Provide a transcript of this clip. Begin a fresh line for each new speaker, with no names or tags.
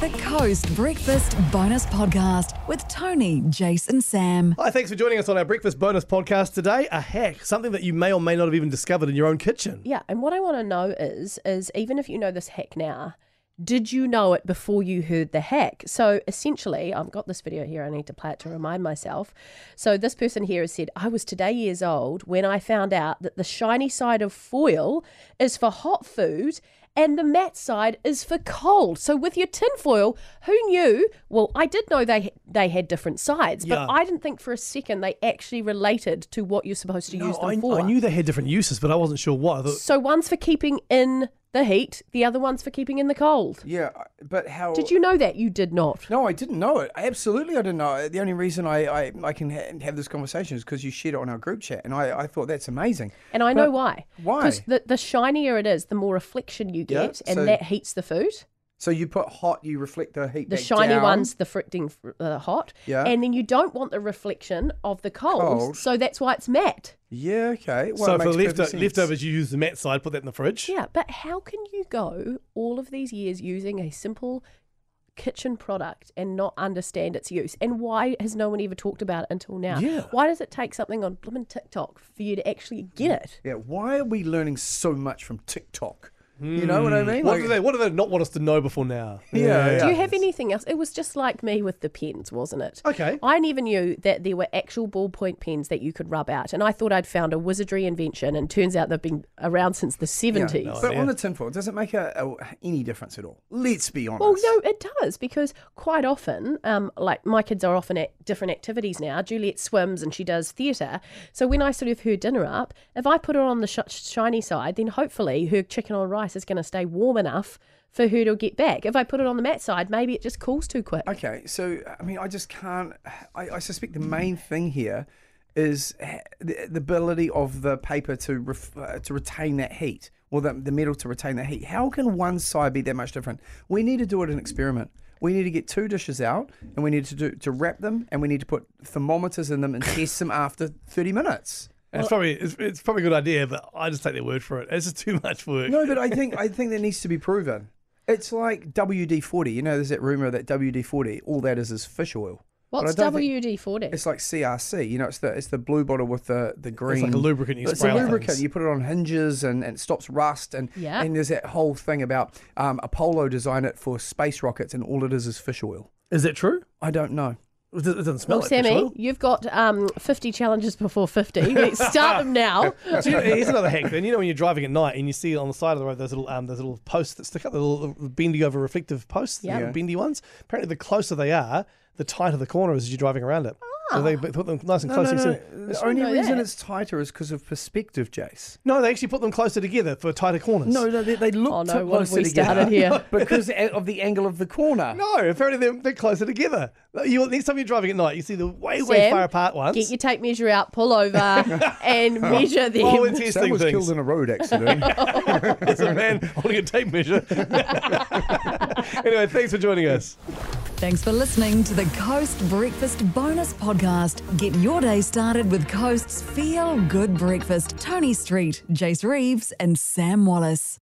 The Coast Breakfast Bonus Podcast with Tony, Jason, Sam.
Hi, thanks for joining us on our breakfast bonus podcast today. A hack, something that you may or may not have even discovered in your own kitchen.
Yeah, and what I want to know is is even if you know this hack now, did you know it before you heard the hack? So essentially, I've got this video here. I need to play it to remind myself. So this person here has said, "I was today years old when I found out that the shiny side of foil is for hot food." And the matte side is for cold. So with your tin foil, who knew? Well, I did know they they had different sides, but
Yeah.
I didn't think for a second they actually related to what you're supposed to use them
I,
for.
I knew they had different uses, but I wasn't sure what. I thought,
So one's for keeping in the heat, the other one's for keeping in the cold.
Yeah, I- but how?
Did you know that? You did not.
No, I didn't know it. Absolutely, I didn't know it. The only reason I, I, I can ha- have this conversation is because you shared it on our group chat, and I, I thought that's amazing.
And I know why.
why?
Because the, the shinier it is, the more reflection you
Yeah,
get, and
so-
that heats the food.
So you put hot, you reflect the heat.
The
back
shiny
down.
one's the fricting fr- uh, hot.
Yeah.
And then you don't want the reflection of the cold,
Cold.
so that's why it's matte.
Yeah. Okay. Well,
so
it
for
makes perfect
lefto-
sense.
leftovers, you use the matte side, put that in the fridge.
Yeah, but how can you go all of these years using a simple kitchen product and not understand its use? And why has no one ever talked about it until now?
Yeah.
Why does it take something on blimmin' TikTok for you to actually get it?
Yeah. Why are we learning so much from TikTok? You know what I mean?
Hmm. What,
Like-
do they, what do they not want us to know before now?
Yeah,
Do you
yeah.
have anything else? It was just like me with the pens, wasn't it?
Okay.
I never knew that there were actual ballpoint pens that you could rub out, and I thought I'd found a wizardry invention, and turns out they've been around since the 70s.
Yeah, but on the tinfoil, does it make a, a, any difference at all? Let's be honest.
Well, Oh, no, it does because quite often, um, like my kids are often at different activities now. Juliet swims and she does theatre. So when I sort of her dinner up, if I put her on the sh- shiny side, then hopefully her chicken on rice is going to stay warm enough for her to get back. If I put it on the mat side, maybe it just cools too quick.
Okay, so I mean, I just can't. I, I suspect the main thing here is h- the, the ability of the paper to ref, uh, to retain that heat, or the, the metal to retain that heat. How can one side be that much different? We need to do it an experiment. We need to get two dishes out, and we need to do to wrap them, and we need to put thermometers in them and test them after thirty minutes.
it's probably it's, it's probably a good idea, but I just take their word for it. It's just too much work.
No, but I think I think that needs to be proven. It's like WD forty. You know, there's that rumor that WD forty, all that is is fish oil. But I
What's
don't think-
WD 40?
It's like CRC, you know. It's the it's the blue bottle with the the green.
a lubricant you
It's
spray
a
on
lubricant.
things.
You put it on hinges and, and it stops rust and
Yeah.
And there's that whole thing about um, Apollo designed it for space rockets and all it is is fish oil.
Is that true?
I don't know.
It doesn't it doesn't smell
Oh,
well,
like
Oh, Sammy,
fish oil.
you've got um, 50 challenges before 50. Let's start them now.
Do you know- here's another hack. Then you know when you're driving at night and you see on the side of the road those little um those little posts that stick up, the little bendy over reflective posts, the
Yeah.
little bendy ones. Apparently, the closer they are, the tighter the corner is as you're driving around it. So they put them nice and
No,
close.
no,
so you see-
no. The only
know
reason
that.
it's tighter is because of perspective, Jace.
No, they actually put them closer together for tighter corners.
No, no, they, they look
Oh, no, what have
closer
we
together
started here?
because a- of the angle of the corner.
No, apparently they're, they're closer together. You, next time you're driving at night, you see the way, way
Sam,
far apart ones.
Get your tape measure out, pull over, and measure them.
While we're testing
Sam was
things.
killed in a road accident.
There's a man holding a tape measure. anyway, thanks for joining us.
Thanks for listening to the Coast Breakfast Bonus Podcast. Get your day started with Coast's Feel Good Breakfast. Tony Street, Jace Reeves, and Sam Wallace.